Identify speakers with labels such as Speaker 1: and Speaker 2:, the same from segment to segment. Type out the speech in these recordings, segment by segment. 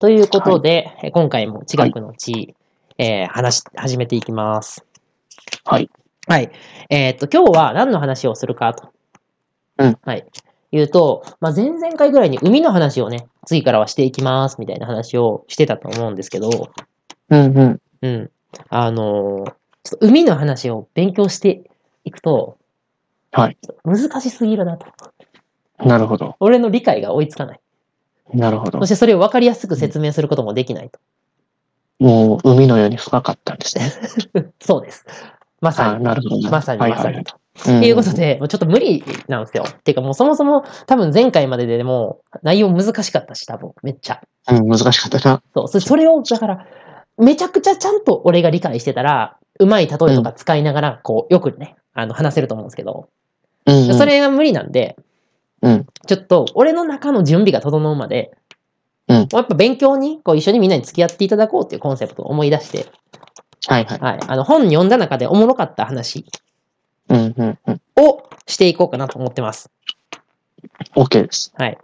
Speaker 1: ということで、え今回も地学の地、えー話し、始めていきます。
Speaker 2: はい。
Speaker 1: はい。えーっと、今日は何の話をするかと。
Speaker 2: うん
Speaker 1: はい。言うと、まあ、前々回ぐらいに海の話をね、次からはしていきます、みたいな話をしてたと思うんですけど、
Speaker 2: うんうん。
Speaker 1: うん。あのーちょっと海の話を勉強していくと、
Speaker 2: はい。
Speaker 1: 難しすぎるなと。
Speaker 2: なるほど。
Speaker 1: 俺の理解が追いつかない。
Speaker 2: なるほど
Speaker 1: そし。てそれを分かりやすく説明することもできないと。
Speaker 2: もう海のように深かったんですね。
Speaker 1: そうです。ま
Speaker 2: あ
Speaker 1: さ
Speaker 2: ー
Speaker 1: に。
Speaker 2: なるほどね。
Speaker 1: まさに
Speaker 2: はい
Speaker 1: ま
Speaker 2: は
Speaker 1: さ
Speaker 2: いは
Speaker 1: に
Speaker 2: い。
Speaker 1: と。
Speaker 2: っ
Speaker 1: っていうこと。で、もうちょっと無理なんですよ。っていうかもうそもそも多分前回まででもう内容難しかったし、多分めっちゃ。
Speaker 2: うん、難しかったな。
Speaker 1: そう。そそれを、だから、めちゃくちゃちゃんと俺が理解してたら、うまい例えとか使いながら、こう、よくね、あの、話せると思うんですけど、
Speaker 2: うんうん。
Speaker 1: それが無理なんで、
Speaker 2: うん。
Speaker 1: ちょっと、俺の中の準備が整うまで、
Speaker 2: うん
Speaker 1: やっぱ勉強に、こう、一緒にみんなに付き合っていただこうっていうコンセプトを思い出して、
Speaker 2: はいはい。
Speaker 1: はい。あの、本読んだ中でおもろかった話
Speaker 2: うんうんうん。
Speaker 1: をしていこうかなと思ってます。
Speaker 2: OK です。
Speaker 1: はい。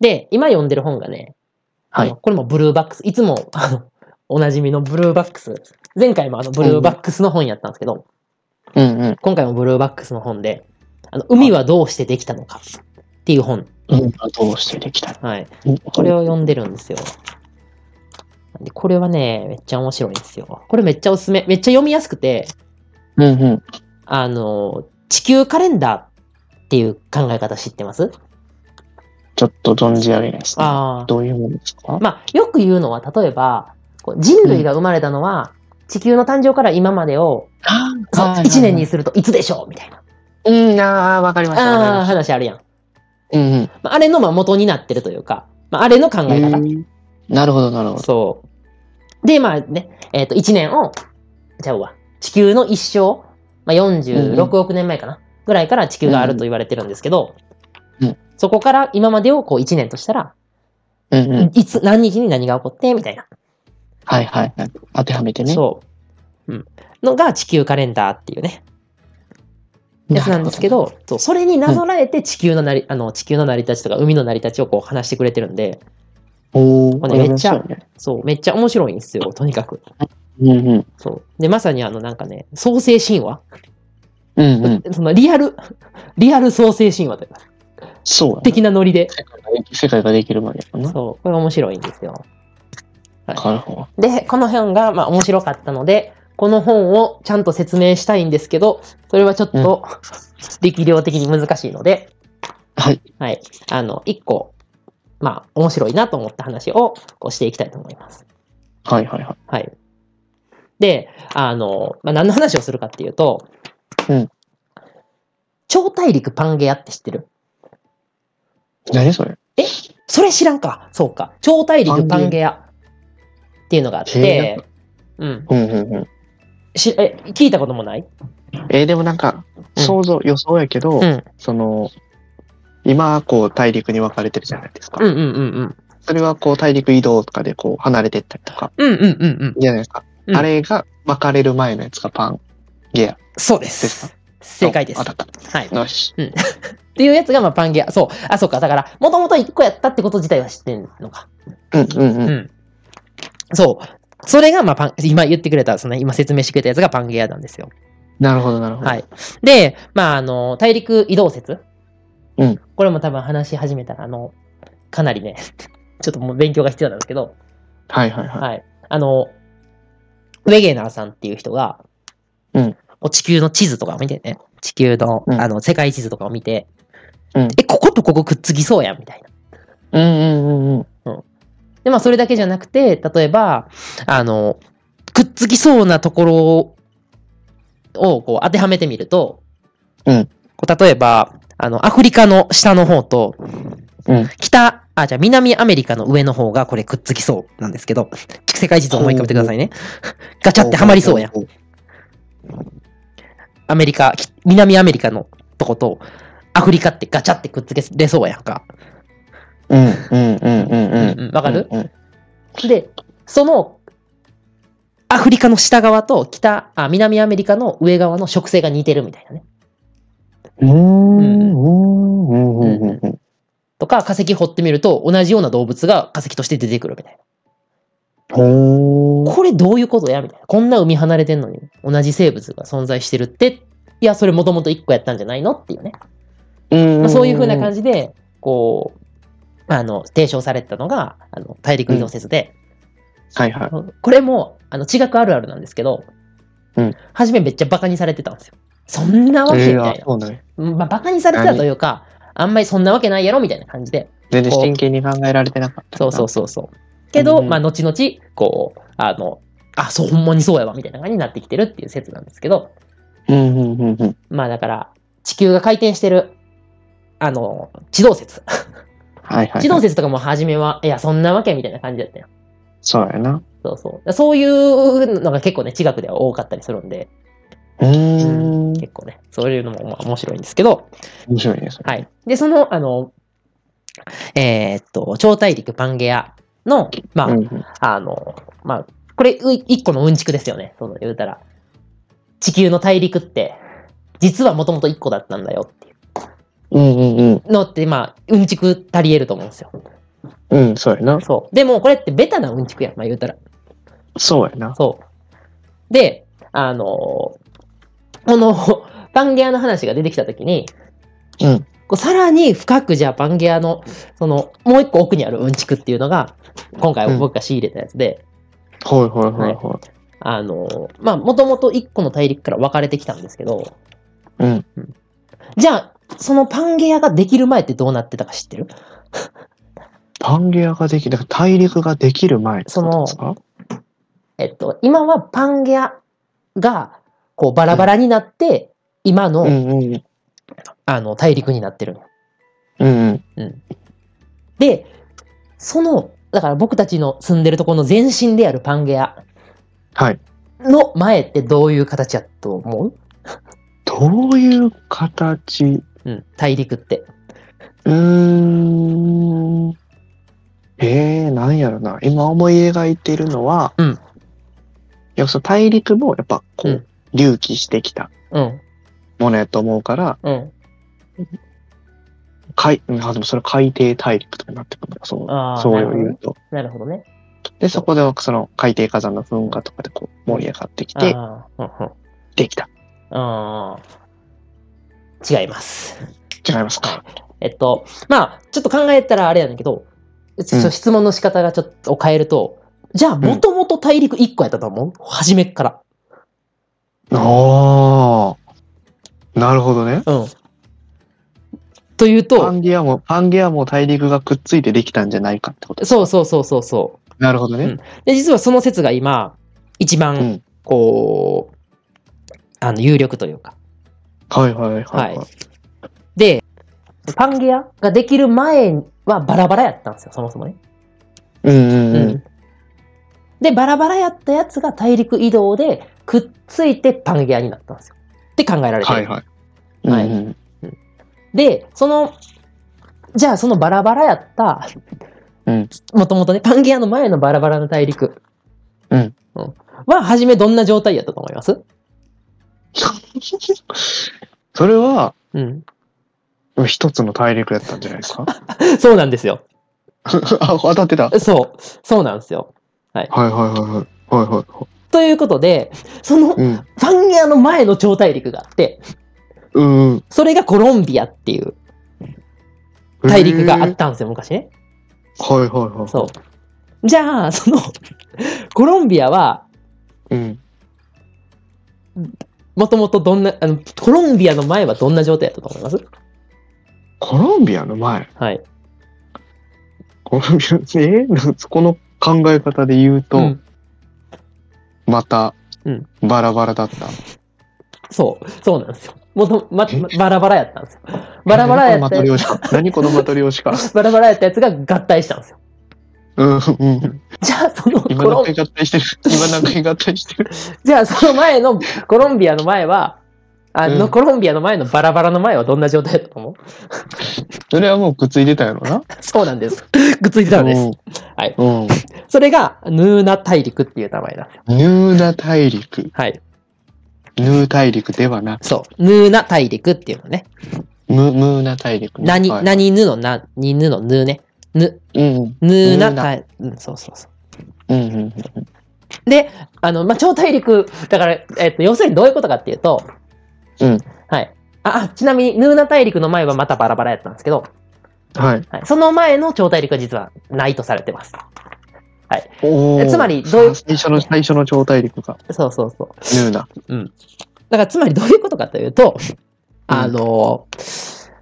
Speaker 1: で、今読んでる本がね、
Speaker 2: はい
Speaker 1: あのこれもブルーバックス、いつもあのおなじみのブルーバックス、前回もあのブルーバックスの本やったんですけど、
Speaker 2: うんうん。
Speaker 1: 今回もブルーバックスの本で、あの海はどうしてできたのかっていう本、
Speaker 2: うん、どうしてできた
Speaker 1: はい、
Speaker 2: の
Speaker 1: これを読んでるんですよ。でこれはね、めっちゃ面白いんですよ。これめっちゃおすすめ。めっちゃ読みやすくて、
Speaker 2: うんうん。
Speaker 1: あの、地球カレンダーっていう考え方知ってます
Speaker 2: ちょっと存じ上げないですね。
Speaker 1: ああ。
Speaker 2: どういうものですか
Speaker 1: まあ、よく言うのは、例えば、こう人類が生まれたのは、地球の誕生から今までを、
Speaker 2: あ
Speaker 1: そう
Speaker 2: はいはい
Speaker 1: 1年にするといつでしょうみたいな。
Speaker 2: うん、ああ、わかりました。
Speaker 1: ああ、
Speaker 2: わかりまし
Speaker 1: 話あるやん。
Speaker 2: たうんうん。
Speaker 1: まあ、あれのまあ元になってるというか、まあ、あれの考え方。
Speaker 2: うんなるほど、なるほど。
Speaker 1: そう。で、まあね、えっ、と、1年を、ちゃうわ、地球の一生、まあ、46億年前かな、ぐらいから地球があると言われてるんですけど、
Speaker 2: うん
Speaker 1: そこから今までをこう1年としたら、
Speaker 2: うんうん。
Speaker 1: いつ、何日に何が起こって、みたいな。
Speaker 2: はいはいはい。当てはめてね。
Speaker 1: そう。うん。のが地球カレンダーっていうね、や
Speaker 2: なる
Speaker 1: つ
Speaker 2: ほど
Speaker 1: なんですけ。ど、そうそれになぞらえて地球のなり、あの、地球の成り立ちとか海の成り立ちをこう話してくれてるんで、
Speaker 2: おお、
Speaker 1: これめっちゃ
Speaker 2: 面白いね
Speaker 1: そう、めっちゃ面白いんですよ、とにかく。
Speaker 2: うんうん。
Speaker 1: そう。で、まさにあの、なんかね、創世神話
Speaker 2: うんう ん。
Speaker 1: そのリアル、リアル創生神話というか、
Speaker 2: そうだね。
Speaker 1: 的なノリで。
Speaker 2: 世界ができ世界ができるまでやもんな。
Speaker 1: そう、これ面白いんですよ。
Speaker 2: なるほ
Speaker 1: で、この本が、まあ面白かったので、この本をちゃんと説明したいんですけど、それはちょっと、力量的に難しいので、
Speaker 2: ど。はい。
Speaker 1: はい。あの、一個、まあ、面白いなと思った話を、こうしていきたいと思います。
Speaker 2: はいはいはい。
Speaker 1: はい。で、あの、まあ、何の話をするかっていうと、
Speaker 2: うん
Speaker 1: 超大陸パンゲアって知ってる
Speaker 2: 何それ
Speaker 1: それ知らんか。そうか。超大陸パンゲアっていうのがあっ
Speaker 2: へ
Speaker 1: て、うん。
Speaker 2: うんうんうん。
Speaker 1: しえ、聞いたこともない
Speaker 2: えーでもなんか、
Speaker 1: うん
Speaker 2: 想像、予想やけど、
Speaker 1: うん。
Speaker 2: その、今、こう、大陸に分かれてるじゃないですか。
Speaker 1: うんうんうんうん。
Speaker 2: それは、こう、大陸移動とかで、こう、離れてったりとか、
Speaker 1: うんうんうんうん。
Speaker 2: じゃないですか。
Speaker 1: うん
Speaker 2: あれが、分かれる前のやつがパン、ゲア。
Speaker 1: そうで
Speaker 2: です
Speaker 1: す。正解です。
Speaker 2: あ当たっ。
Speaker 1: はい。った
Speaker 2: よし。
Speaker 1: ていうやつが、まあ、パンゲア。そう。あ、そうか。だから、もともと1個やったってこと自体は知ってんのか。
Speaker 2: うんうんうん。
Speaker 1: うん。そう。それが、まあ、パン、今言ってくれた、その、今説明してくれたやつがパンゲアなんですよ。
Speaker 2: なるほど、なるほど。
Speaker 1: はい。で、まあ、あの、大陸移動説。
Speaker 2: うん
Speaker 1: これも多分話し始めたら、あの、かなりね、 ちょっともう勉強が必要なんですけど、
Speaker 2: はいはいはい。
Speaker 1: はい。あの、ウェゲナーさんっていう人が、
Speaker 2: うん
Speaker 1: も地球の地図とかを見てね、地球の、
Speaker 2: うん
Speaker 1: あの、世界地図とかを見て、
Speaker 2: うん
Speaker 1: え、こことここくっつきそうやん、みたいな。
Speaker 2: うんうんうんうん。
Speaker 1: で、まあ、それだけじゃなくて、例えば、あの、くっつきそうなところを、こう、当てはめてみると、
Speaker 2: うん
Speaker 1: こう例えば、あの、アフリカの下の方と、
Speaker 2: うん
Speaker 1: 北、あ、じゃあ南アメリカの上の方がこれくっつきそうなんですけど、世界地図を思い浮かべてくださいね。ガチャってはまりそうやん。。アメリカ、き南アメリカのとこと、アフリカってガチャってくっつけれそうやんか。
Speaker 2: うんうんうんうんうん
Speaker 1: うんわかる
Speaker 2: うんうん
Speaker 1: で、その、アフリカの下側と北、あ、南アメリカの上側の植生が似てるみたいなね。
Speaker 2: うーん、うん、うん、うん、うん。
Speaker 1: とか、化石掘ってみると同じような動物が化石として出てくるみたい
Speaker 2: ほ
Speaker 1: な。
Speaker 2: ー。
Speaker 1: これどういうことやみたいな。こんな海離れてんのに同じ生物が存在してるって。いや、それもともと1個やったんじゃないのっていうね。まあ、そういうふうな感
Speaker 2: じ。
Speaker 1: じで、こう、あの、提唱されてたのが、あの、大陸移動説で、
Speaker 2: はいはい。
Speaker 1: これも、あの、地学あるあるなんですけど、
Speaker 2: うん
Speaker 1: 初めめっちゃバカにされてたんですよ。そんなわけみたい
Speaker 2: えー
Speaker 1: な
Speaker 2: あ。そうなんや
Speaker 1: うんまあ、バカにされてたというか、あんまりそんなわけないやろみたいな感じで。
Speaker 2: 全然真剣に考えられてなかった。
Speaker 1: そうそう。そうそう。けど、
Speaker 2: うん
Speaker 1: まあ、後々、こう、あの、あ、そう、ほんまにそうやわ、みたいな感じになってきてるっていう説なんですけど、
Speaker 2: うん、うん、うん、うん。
Speaker 1: まあ、だから、地球が回転してる、あの、地動説。
Speaker 2: はいはい。
Speaker 1: 地動説とかも初めは、いや、そんなわけみたいな感じだったよ。
Speaker 2: そうやな。
Speaker 1: そうそう。そういうのが結構ね、地学では多かったりするんで、
Speaker 2: うーん。
Speaker 1: 結構ね、そういうのもまあ面白いんですけど、
Speaker 2: 面白いです。
Speaker 1: はい。で、その、あの、えーっと、超大陸パンゲアの、まあ、
Speaker 2: うんうん
Speaker 1: あの、まあ、これ、う一個のうんちくですよね。その、言うたら。地球の大陸って、実はもともと一個だったんだよってい
Speaker 2: うんうんうん。
Speaker 1: うのって、まあ、うんちく足り得ると思うんですよ。
Speaker 2: うん、そうやな。
Speaker 1: そう。でも、これってベタなうんちくやん。まあ、言うたら。
Speaker 2: そうやな。
Speaker 1: そう。で、あのーこのパンゲアの話が出てきたときに、
Speaker 2: うん。
Speaker 1: こうさらに深くじゃあパンゲアの、その、もう一個奥にあるうんちくっていうのが、今回僕が仕入れたやつで、
Speaker 2: ほいほいほいほ
Speaker 1: あのーまあ、もともと一個の大陸から分かれてきたんですけど、
Speaker 2: い。うん。
Speaker 1: じゃあ、そのパンゲアができる前ってどうなってたか知ってる
Speaker 2: パンゲアができ、だから大陸ができる前ってことですか
Speaker 1: えっと、今はパンゲアが、こう、バラバラになって、今の、
Speaker 2: うんうん。
Speaker 1: あの、大陸になってるの。
Speaker 2: うんうん。
Speaker 1: で、その、だから僕たちの住んでるところの前身であるパンゲア
Speaker 2: はい。
Speaker 1: の前ってどういう形やと思う
Speaker 2: どういう形
Speaker 1: うん、大陸って。
Speaker 2: うーん。ええー、なんやろな。今思い描いてるのは、
Speaker 1: うん
Speaker 2: いや、その大陸もやっぱこう、
Speaker 1: うん
Speaker 2: 隆起してきた
Speaker 1: うん、
Speaker 2: ものやと思うから、
Speaker 1: うん。
Speaker 2: 海、うんあ、でもそれ海底大陸とかになってくるのか、そう
Speaker 1: あ、ー
Speaker 2: そう
Speaker 1: な
Speaker 2: いう
Speaker 1: るほどね
Speaker 2: 言うと。
Speaker 1: なるほどね。
Speaker 2: で、そこでその海底火山の噴火とかでこう盛り上がってきて、
Speaker 1: あー、うんうん
Speaker 2: できた。
Speaker 1: あー違います。
Speaker 2: 違いますか。
Speaker 1: えっと、まあ、ちょっと考えたらあれやねんけど、ちょっと質問の仕方がちょっと変えると、じゃあ、もともと大陸1個やったと思う、初めっから。
Speaker 2: ああ。なるほどね。
Speaker 1: うん。という
Speaker 2: パ
Speaker 1: と、
Speaker 2: ンゲアも、パンゲアも大陸がくっついてできたんじゃないかってこと
Speaker 1: そうそうそうそうそう。
Speaker 2: なるほどね。
Speaker 1: うんで、実はその説が今、一
Speaker 2: う
Speaker 1: 番
Speaker 2: ん、
Speaker 1: こう、あの、有力というか。
Speaker 2: はいはいはい、はい。
Speaker 1: はで、パンゲアができる前はバラバラやったんですよ、そもそもね。
Speaker 2: うんうんうん。
Speaker 1: うんで、バラバラやったやつが大陸移動でくっついてパンゲアになったんですよ。って考えられてる。
Speaker 2: はいはい。
Speaker 1: はい
Speaker 2: うんうん
Speaker 1: で、その、じゃあそのバラバラやった、
Speaker 2: うん
Speaker 1: もともとね、パンゲアの前のバラバラの大陸。
Speaker 2: うん
Speaker 1: は、初めどんな状態やったと思います
Speaker 2: それは、
Speaker 1: うん。
Speaker 2: 一つの大陸やったんじゃないですか
Speaker 1: そうなんですよ。
Speaker 2: あ、当たってた。はい
Speaker 1: そう、そうなんですよ。
Speaker 2: はいはいはい。はいは
Speaker 1: ということで、その
Speaker 2: い。うん。
Speaker 1: パンゲアの前の超大陸があって、
Speaker 2: うんうん。
Speaker 1: それがコロンビアっていう大陸があったんですよ、昔ね。
Speaker 2: た。はいはいはい。
Speaker 1: そう。じゃあ、その、 コロンビアは、
Speaker 2: う。うん。
Speaker 1: もともとどんな、あの、コロンビアの前はどんな状態だったと思います
Speaker 2: コロンビアの前。
Speaker 1: はい。
Speaker 2: コロンビア、え ーこの考え方で言うと、
Speaker 1: うん
Speaker 2: また
Speaker 1: うん、
Speaker 2: バラバラだった。
Speaker 1: そう、そうなんですよ。もと、ま、
Speaker 2: え
Speaker 1: まバラバラやったんですよ。バラバラやったや
Speaker 2: 何このマトリョ ーシカ。何このマトリョーシカ。
Speaker 1: つ、バラバラやったやつが合体したんですよ。
Speaker 2: うんうん。
Speaker 1: じゃあ、そのコ
Speaker 2: 今
Speaker 1: ロ
Speaker 2: 何
Speaker 1: ン、
Speaker 2: 回合体してる。今何回合体してる。
Speaker 1: じゃあ、その前のコロンビアの前は、あの、
Speaker 2: うん
Speaker 1: コロンビアの前のバラバラの前はどんな状態だと思う
Speaker 2: それはもうくっついてたんやろな。
Speaker 1: そうなんです。くっついてたんです。はい
Speaker 2: うん。うん。
Speaker 1: それが、ヌーナ大陸っていう名前なんですよ。
Speaker 2: ヌーナ大陸。
Speaker 1: はい。
Speaker 2: ヌー大陸ではなく、
Speaker 1: そう。ヌーナ大陸っていうのね。
Speaker 2: ムムーナ大陸ね。
Speaker 1: 何、
Speaker 2: はい
Speaker 1: 何ヌのな、にヌのヌね。ヌ、
Speaker 2: うん。
Speaker 1: ヌーナ
Speaker 2: ヌーナ
Speaker 1: 大、うん、そうそうそう。
Speaker 2: うんうん。
Speaker 1: で、あの、まあ、超大陸、だから、えっと、要するにどういうことかっていうと、
Speaker 2: うん。
Speaker 1: はい。あ、あちなみに、ヌーナ大陸の前はまたバラバラやったんですけど、
Speaker 2: はい。
Speaker 1: はい、その前の超大陸は実はないとされてます。
Speaker 2: おー
Speaker 1: えつまりどういう
Speaker 2: 最初の、最初の超大陸が、
Speaker 1: そうそうそう。
Speaker 2: ヌーナ。
Speaker 1: だから、つまりどういうことかというと、あの、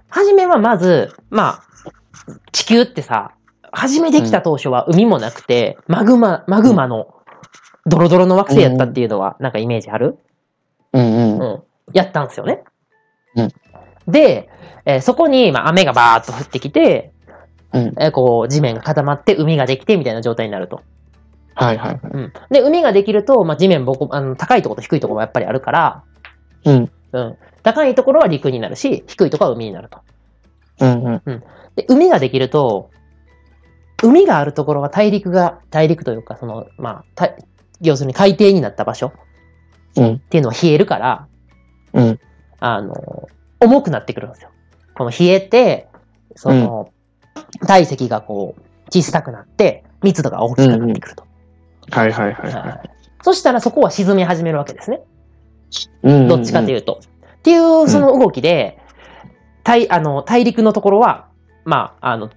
Speaker 1: 初めはまず、まあ、地球ってさ、初めできた当初は海もなくて、マグマ、マグマのドロドロの惑星やったっていうのは、なんかイメージある
Speaker 2: う
Speaker 1: う
Speaker 2: んうん。
Speaker 1: ん。やったんですよね。
Speaker 2: うん
Speaker 1: で、えーそこに、まあ、雨がバーっと降ってきて、
Speaker 2: うん
Speaker 1: えーこう、地面が固まって海ができてみたいな状態になると。
Speaker 2: はいはいはい。
Speaker 1: うん、で、海ができると、まあ、地面ぼこあの、高いところと低いところがやっぱりあるから、
Speaker 2: うん。
Speaker 1: うん。高いところは陸になるし、低いところは海になると。
Speaker 2: うんうん。
Speaker 1: で、海ができると、海があるところは大陸が、大陸というか、その、まあ、た要するに海底になった場所
Speaker 2: うん
Speaker 1: っていうのは冷えるから、
Speaker 2: うん
Speaker 1: あの、重くなってくるんですよ。この冷えて、その、体積がこう、小さくなって、密度が大きくなってくると。
Speaker 2: はいはいはい
Speaker 1: は
Speaker 2: はい
Speaker 1: そしたらそこは沈み始めるわけですね。
Speaker 2: い。うんうんうん
Speaker 1: どっちかというと。っていうその動きで、大あの大陸のところは、まあ、あの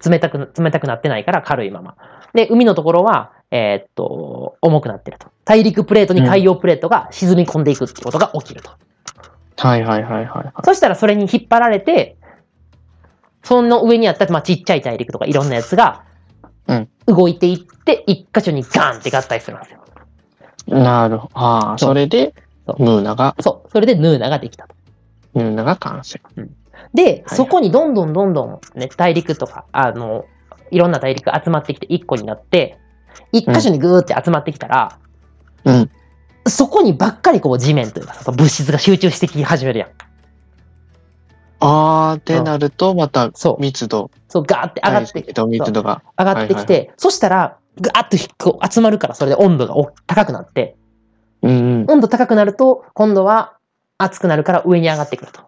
Speaker 1: つ冷たくな冷たくなってないから軽いまま。で、海のところは、えーっと、重くなってると。大陸プレートに海洋プレートが沈み込んでいくってことが起きると。
Speaker 2: はいはいはいはいは
Speaker 1: そしたらそれに引っ張られて、その上にあった、まあ、ちっちゃい大陸とかいろんなやつが
Speaker 2: うん、
Speaker 1: 動いていって、一箇所にガーンって合体するんですよ。
Speaker 2: い。なるほど。ああ、
Speaker 1: そう
Speaker 2: それで
Speaker 1: そ、う
Speaker 2: ヌーナが、
Speaker 1: そう。それでヌーナができたと。
Speaker 2: ヌーナが完成。
Speaker 1: で、
Speaker 2: はい
Speaker 1: そこにどんどんどんどんね、大陸とか、あの、いろんな大陸集まってきて一個になって、一箇所にぐーって集まってきたら、
Speaker 2: うん。
Speaker 1: そこにばっかりこう地面というかさ、物質が集中してき始めるやん。
Speaker 2: ああ、ってなると、また
Speaker 1: そう
Speaker 2: 密度、
Speaker 1: そう、ガーって上がって、
Speaker 2: 体積と密度が。
Speaker 1: 上がってきて、そしたら、ガーッとひっこう集まるから、それで温度がお高くなって、
Speaker 2: うんうん。
Speaker 1: 温度高くなると、今度は熱くなるから上に上がってくると。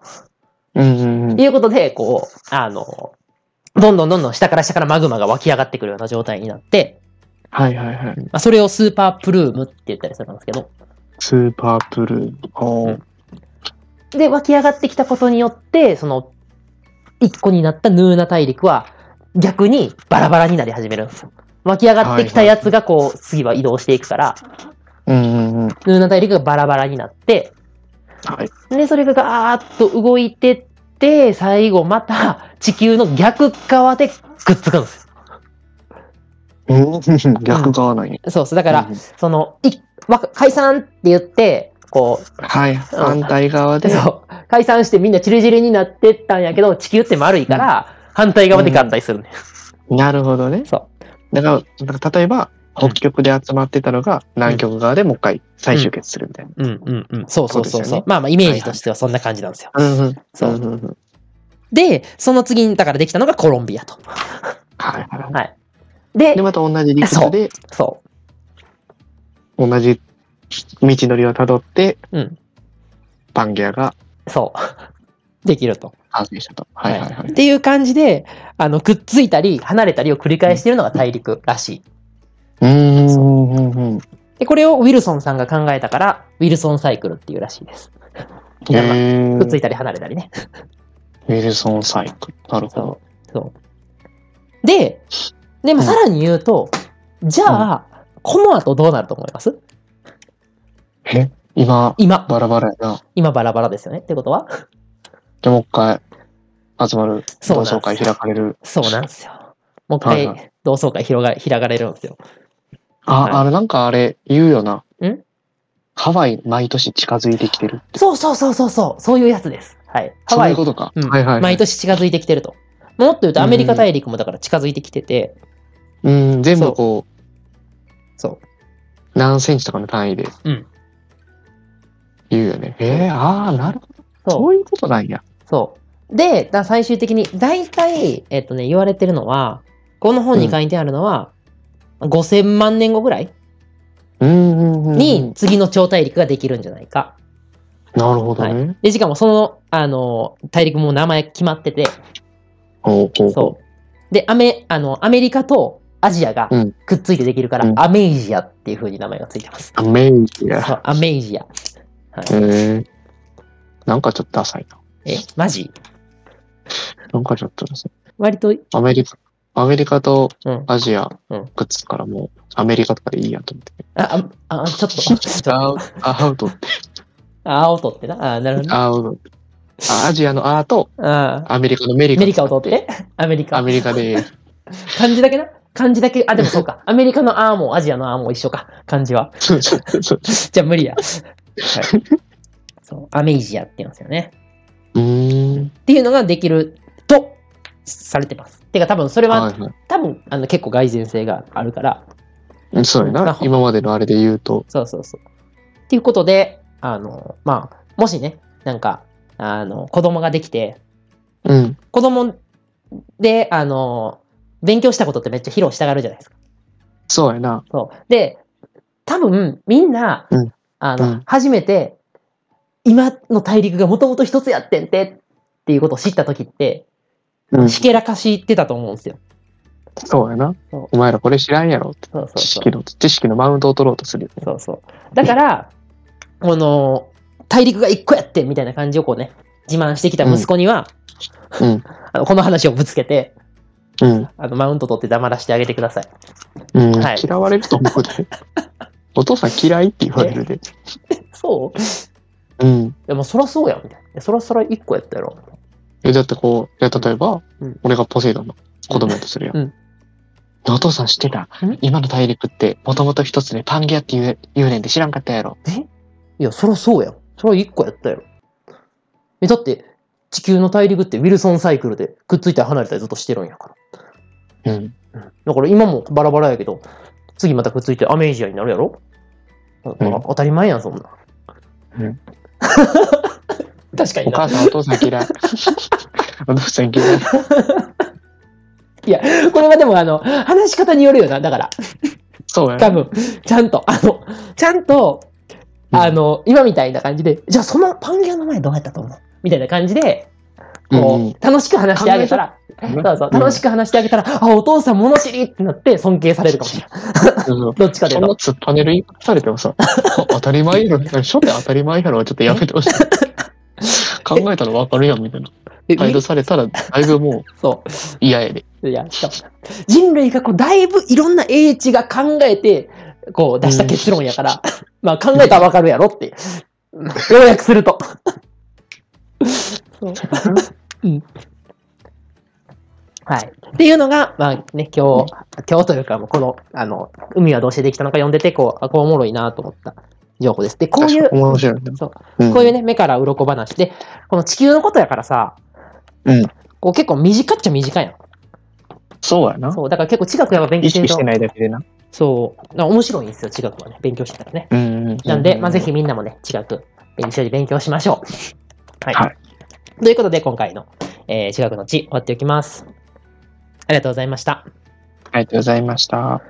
Speaker 2: うんうんうん。
Speaker 1: いうことで、こう、あの、どんどんどんどん下から下からマグマが湧き上がってくるような状態になって、
Speaker 2: はいはいはい。
Speaker 1: まあ、それをスーパープルームって言ったりするんですけど、
Speaker 2: スーパープルー。おー
Speaker 1: で、湧き上がってきたことによって、その、一個になったヌーナ大陸は、逆にバラバラになり始めるんですよ。湧き上がってきたやつが、こう、次は移動していくから、
Speaker 2: うんうんう
Speaker 1: ヌ
Speaker 2: ん。
Speaker 1: ーナ大陸がバラバラになって、
Speaker 2: はい。
Speaker 1: で、それがガーッと動いてって、最後また地球の逆側でくっつくんです
Speaker 2: うん逆側なんや。
Speaker 1: よ。そうそう。だから、
Speaker 2: うんうん
Speaker 1: その、い、わ解散って言って、こう、
Speaker 2: はい。反対側で。
Speaker 1: そう。解散してみんなチリチリになってったんやけど、地球って丸いから、反対側で合体するね。
Speaker 2: なるほどね。
Speaker 1: そ
Speaker 2: だから、だから例えば、
Speaker 1: うん
Speaker 2: 北極で集まってたのが、南極側でもう一回再集結するみたいな。
Speaker 1: う。うんうんうん。そうそうそう
Speaker 2: そうです
Speaker 1: そ
Speaker 2: よ
Speaker 1: う
Speaker 2: ね。
Speaker 1: まあまあ、イメージとしてはそんな感じなんですよ。
Speaker 2: うんうん。
Speaker 1: そうん
Speaker 2: んん。
Speaker 1: で、その次に、だからできたのがコロンビアと。
Speaker 2: はいはいは
Speaker 1: で
Speaker 2: い。で、、また同じ陸
Speaker 1: そう
Speaker 2: 路で、
Speaker 1: そ
Speaker 2: 同じ道のりをたどって、
Speaker 1: うん
Speaker 2: パンゲアが
Speaker 1: う、そう。 できると。
Speaker 2: 完成したと。はいはいはい
Speaker 1: っ。ていう感じで、あの、くっついたり、離れたりを繰り返しているのが大陸らしい。
Speaker 2: うーんうんうんうん。
Speaker 1: で、これをウィルソンさんが考えたから、ウィルソンサイクルっていうらしいです。
Speaker 2: へ
Speaker 1: だから
Speaker 2: ー
Speaker 1: くっついたり離れたりね。
Speaker 2: ウィルソンサイクル。なるほど。
Speaker 1: そう。そう。で、でも
Speaker 2: うん
Speaker 1: さらに言うと、じゃあ、この後どうなると思います
Speaker 2: え今、
Speaker 1: 今、
Speaker 2: バラバラやな。
Speaker 1: 今バラバラですよね。ってことは
Speaker 2: じゃあもう一回、集まる、
Speaker 1: そう
Speaker 2: 同
Speaker 1: なんで
Speaker 2: 窓会
Speaker 1: すよ
Speaker 2: 開。かれる。
Speaker 1: そうなんですよ。もう一
Speaker 2: はいは
Speaker 1: 回同窓会広が開かれるんですよ。
Speaker 2: あ、
Speaker 1: はい
Speaker 2: あれ、なんかあれ、言うよな。
Speaker 1: ん
Speaker 2: ハワイ、毎年近づいてきてる。
Speaker 1: そうそうそうそうそう、そういうやつです。はい。ハ
Speaker 2: そう
Speaker 1: ワ
Speaker 2: い
Speaker 1: イ
Speaker 2: う、ことか。
Speaker 1: うん
Speaker 2: はいはいはい。
Speaker 1: 毎年近づいてきてると。もっと言うとアメリカ大陸もだから近づいてきてて、
Speaker 2: うん、全部こう、
Speaker 1: そう。
Speaker 2: 何センチとかの単位で。
Speaker 1: うん。
Speaker 2: 言うよね。えー、ああ、なるほど。
Speaker 1: そ。
Speaker 2: そうういうことなんや。
Speaker 1: そう。で、だ最終的に、大体、えっとね、言われてるのは、この本に書いてあるのは、5000万年後ぐらい
Speaker 2: うんうんうんうん。
Speaker 1: に次の超大陸ができるんじゃないか。
Speaker 2: なるほど
Speaker 1: は
Speaker 2: ね。
Speaker 1: で、しかもその、あの、大陸も名前決まってて、
Speaker 2: ほうほうほう
Speaker 1: そう。で、アメ、あの、アメリカとアジアが
Speaker 2: うん
Speaker 1: くっついてできるから、
Speaker 2: うん
Speaker 1: アメイジアっていう風に名前がついてます。
Speaker 2: アメイジや。
Speaker 1: そうアメイジア。
Speaker 2: へえ。なんかちょっとダサいな。
Speaker 1: え、マジ
Speaker 2: なんかちょっとダサい。
Speaker 1: 割と、
Speaker 2: アメリカ、アメリカと
Speaker 1: うん
Speaker 2: アジア
Speaker 1: うん
Speaker 2: くっつくからもう、アメリカとかでいいやと思って。
Speaker 1: あ、あ、あちょっと、ちょっと、あ
Speaker 2: アウアウ トって、
Speaker 1: 青とってな。あ、なるほどね。
Speaker 2: アウトって。あアジアのアーと
Speaker 1: あ
Speaker 2: アメリカのメリ
Speaker 1: ア
Speaker 2: カ。
Speaker 1: メリカを取って、アメリ
Speaker 2: ア
Speaker 1: カ。
Speaker 2: メリカで、
Speaker 1: 漢字だけな漢字だけ、あ、でもそうか。アメリカのアーもアジアのアーも一緒か。漢字は。
Speaker 2: そうそうそう。
Speaker 1: じゃあ無理 や。はい。そう、アメイジアって言うんですよね。
Speaker 2: うーん。
Speaker 1: っていうのができるとされてます。てか多分それは、
Speaker 2: はいは
Speaker 1: 多分あの結構外然性があるから、
Speaker 2: い。そうやな。今までのあれで言うと。
Speaker 1: そうそうそう。っていうことで、あの、まあ、もしね、なんか、あの、子供ができて、
Speaker 2: うん。
Speaker 1: 子供で、あの、勉強したことってめっちゃ披露したがるじゃないですか。
Speaker 2: そうやな。
Speaker 1: そう。で、多分みんな、
Speaker 2: うん
Speaker 1: あの、
Speaker 2: うん
Speaker 1: 初めて、今の大陸がもともと一つやってんてっていうことを知った時って、
Speaker 2: うん。
Speaker 1: ひけらかしてたと思うんですよ。
Speaker 2: そうやな
Speaker 1: そう。
Speaker 2: お前らこれ知らんやろって。
Speaker 1: そうそう
Speaker 2: 知
Speaker 1: そう
Speaker 2: 識。の、知識のマウントを取ろうとするよね。
Speaker 1: そうそう。だから、この、大陸が一個やってみたいな感じをこうね、自慢してきた息子には、
Speaker 2: うん。
Speaker 1: あのこの話をぶつけて、
Speaker 2: うん。
Speaker 1: あのマウント取って黙らしてあげてください。
Speaker 2: うん
Speaker 1: はい
Speaker 2: 嫌われると思う で。お父さん嫌いって言われるで。
Speaker 1: そう
Speaker 2: うん。
Speaker 1: でもそらそうやん、みたいな。そらそら一個やったやろ。
Speaker 2: え、だってこう、いや例えば
Speaker 1: うん、
Speaker 2: 俺がポセイドンの子供やとするやん。
Speaker 1: うん
Speaker 2: でお父さん知ってた
Speaker 1: うん
Speaker 2: 今の大陸って、もともと一つでパンゲアって言う言うねんで知らんかったやろ。
Speaker 1: いや、そらそうやん。そら一個やったやろ。え、だって、地球の大陸ってウィルソンサイクルでくっついたり離れたりずっとしてるんやから。
Speaker 2: うん。
Speaker 1: だから今もバラバラやけど、次またくっついてアメージアになるやろ、
Speaker 2: ん
Speaker 1: あ当たり前やん、そんな。
Speaker 2: うん
Speaker 1: 確かに
Speaker 2: お
Speaker 1: な。
Speaker 2: 母さん、お父さ ん嫌い。お父さん嫌い。
Speaker 1: いや、これはでもあの、話し方によるよな、だから。
Speaker 2: そうやな
Speaker 1: 多分、ちゃんと、あの、ちゃんと、
Speaker 2: うん
Speaker 1: あの、今みたいな感じで、じゃあそのパンギアの前どうやったと思うみたいな感じで、こう、
Speaker 2: うん
Speaker 1: 楽しく話してあげたら、
Speaker 2: 考え
Speaker 1: そうそう、楽しく話してあげたら、あ、お父さん物知りってなって尊敬されるかもしれない。
Speaker 2: うん
Speaker 1: どっちかとい
Speaker 2: そ
Speaker 1: うん
Speaker 2: な
Speaker 1: と。
Speaker 2: 突っぱねる言い方されてもさ、 当たり前やろ、初手当たり前やろ、ちょっとやめて ほしい。考えたらわかるやん、みたいな。
Speaker 1: え
Speaker 2: 態度されたら、だいぶもう
Speaker 1: そう。
Speaker 2: 嫌やで。
Speaker 1: いや、しかも、人類がこう、だいぶいろんな英知が考えて、こう、出した結論やから、まあ考えたらわかるやろって、要約すると。そううんはい。っていうのが、まあね、今日、今日というか、この、あの、海はどうしてできたのか読んでて、こう、あ、こうおもろいなと思った情報です。で、こういう、
Speaker 2: 面白いな
Speaker 1: そう
Speaker 2: うん
Speaker 1: こういうね、目から鱗話で、この地球のことやからさ、
Speaker 2: うん
Speaker 1: こう結構短っちゃ短いの。
Speaker 2: そうやな。
Speaker 1: そう、だから結構地学やっぱ勉強
Speaker 2: 意
Speaker 1: してると
Speaker 2: 識してないだけでな。
Speaker 1: そう、だから面白いんですよ、地学はね、勉強してたらね。
Speaker 2: うんうん。
Speaker 1: なんで、まあ、ぜひみんなもね、地学、一緒に勉強しましょう。はい。
Speaker 2: は
Speaker 1: ということで、今回の、えー地学の地、終わっておきます。ありがとうございました。
Speaker 2: ありがとうございました。